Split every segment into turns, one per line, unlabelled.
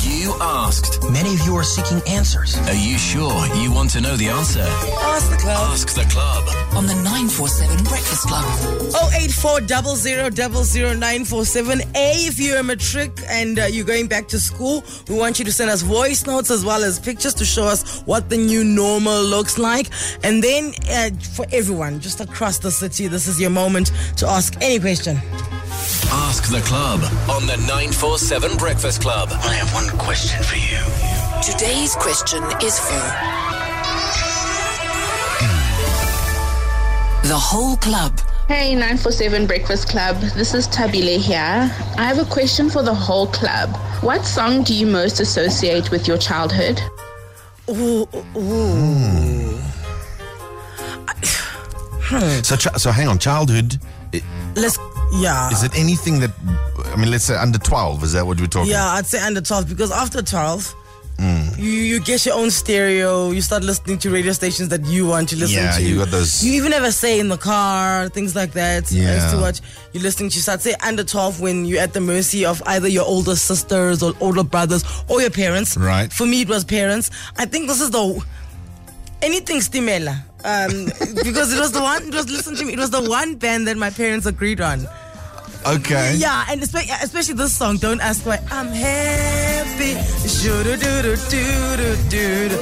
You asked.
Many of you are seeking answers.
Are you sure you want to know the answer?
Ask the club
Ask the club.
on the 947 Breakfast Club.
084000947. A, if you're a matric and uh, you're going back to school, we want you to send us voice notes as well as pictures to show us what the new normal looks like. And then uh, for everyone, just across the city, this is your moment to ask any question.
Ask the club on the 947 Breakfast Club.
I have one question for you.
Today's question is for the whole club.
Hey, 947 Breakfast Club. This is Tabile here. I have a question for the whole club. What song do you most associate with your childhood?
Ooh, ooh, ooh.
So, ch- so hang on. Childhood i-
Let's, yeah.
is it anything that I mean? Let's say under twelve. Is that what we're talking?
Yeah, I'd say under 12 because after 12,
Hmm.
you, you get your own stereo, you start listening to radio stations that you want to listen
Yeah,
to.
you got those-
You even have a say in the car, things like that. As to
Yeah.
what you're listening to. So I'd say under 12 when you're at the mercy of either your older sisters or older brothers or your parents.
Right.
For me, it was parents. I think this is the. Anything Stimela. Um, because it was the one, it was, listen to me, it was the one band that my parents agreed on.
Okay.
Yeah, and especially, especially this song, Don't Ask Why. I'm happy. Shoo-doo-doo-doo-doo-doo-doo.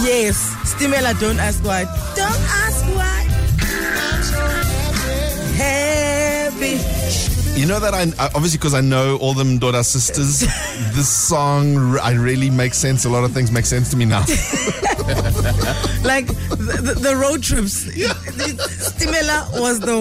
Yes, Stimela, Don't Ask Why. Don't ask why. Happy.
You know that I I- obviously because I know all them Dora sisters. this song, r- I really makes sense. A lot of things make sense to me now.
Like the, the, the road trips. Stimela was the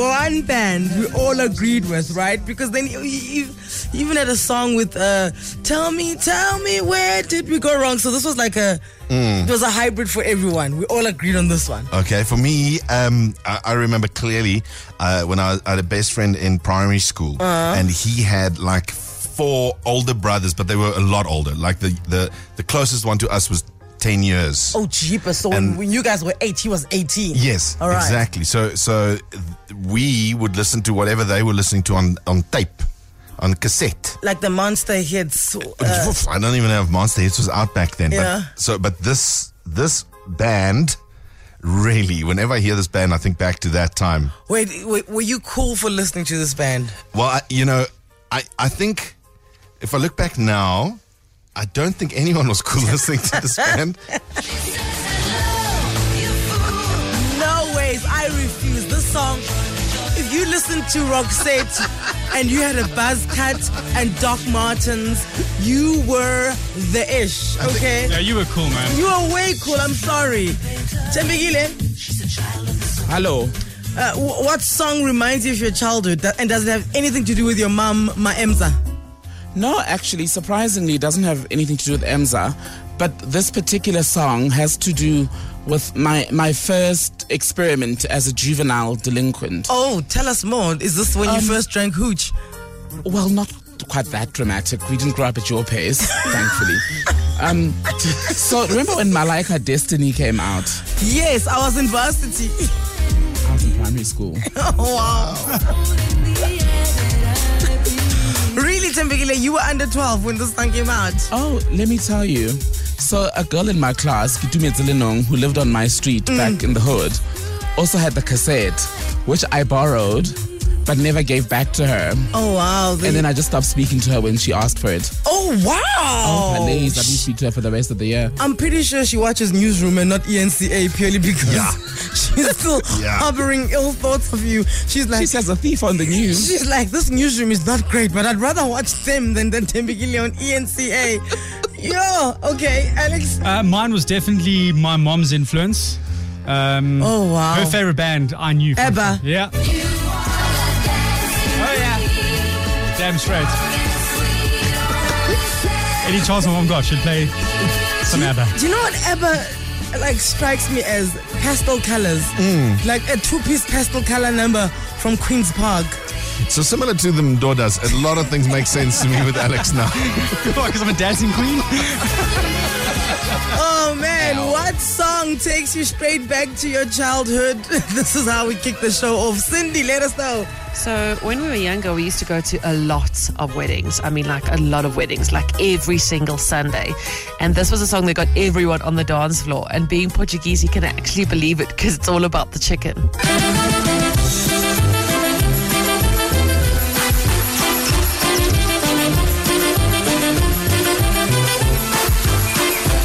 one band we all agreed with, right? Because then he, he- he even had a song with uh, "Tell me, tell me, where did we go wrong?" So this was like a it was a hybrid for everyone. We all agreed on this one.
Okay, for me, um, I, I remember clearly uh, when I, was, I had a best friend in primary school,
Uh-huh.
and he had like four older brothers, but they were a lot older. Like the the, the closest one to us was ten years.
Oh, jeepers! So when, when you guys were eight, he was eighteen.
Yes,
all right.
exactly. So so th- we would listen to whatever they were listening to on on tape, on cassette.
Like the monster hits. Uh,
Oof, I don't even have Monster Hits was out back then. But,
Yeah.
so, but this this band. Really, whenever I hear this band, I think back to that time.
wait, wait, were you cool for listening to this band?
Well, I, you know, I, I think if I look back now, I don't think anyone was cool listening to this band.
No ways, I refuse. This song, if you listen to Roxette and you had a buzz cut and Doc Martens, you were the ish, okay?
Yeah, you were cool, man.
You are way cool, I'm sorry. Chembegile,
Hello.
uh, wh- what song reminds you of your childhood that, and does it have anything to do with your mom, Maemza?
No, actually, surprisingly, it doesn't have anything to do with Emza, but this particular song has to do with my my first experiment as a juvenile delinquent.
Oh, tell us more. Is this when you first drank hooch?
Well, not quite that dramatic. We didn't grow up at your pace, thankfully. Um, so remember when Malaika Destiny came out?
Yes, I was in varsity.
I was in primary school.
wow. really, Tembegile, you were under 12 when this song came out.
Oh, let me tell you. So a girl in my class, Kitume Zilinong, who lived on my street back in the hood, also had the cassette, which I borrowed but never gave back to her.
Oh wow!
And then I just stopped speaking to her when she asked for it.
oh wow!
Her days, I didn't speak to her for the rest of the year.
I'm pretty sure she watches Newsroom and not E ENCA purely because
Yeah.
she's still
Yeah.
harboring ill thoughts of you. She's like.
She says a thief on the news.
She's like, this newsroom is not great, but I'd rather watch them than than Tembikile on E ENCA. Yo, okay, Alex.
Uh, mine was definitely my mom's influence. Um,
Oh, wow.
Her favorite band I knew. from-
ABBA.
Yeah. Oh yeah. Damn straight. Any chance my mom got should play some ABBA.
Do you know what ever like strikes me as pastel colors? Like a two-piece pastel color number from Queen's Park.
So similar to the Mdodas, a lot of things make sense to me with Alex now.
Because I'm a dancing queen.
Oh man, what song takes you straight back to your childhood? this is how we kick the show off. Cindy, let us know.
So when we were younger, we used to go to a lot of weddings. I mean, like a lot of weddings, like every single Sunday. And this was a song that got everyone on the dance floor. And being Portuguese, you can actually believe it because it's all about the chicken.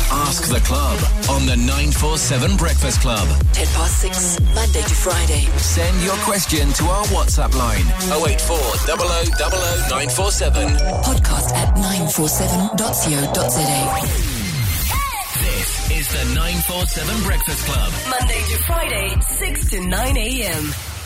Ask the club on the 947 Breakfast Club.
10 past 6, Monday to Friday.
Send your question to our WhatsApp line 084 0000 947.
Podcast at 947.co.za.
This is the 947 Breakfast Club.
Monday to Friday, 6 to 9 a.m.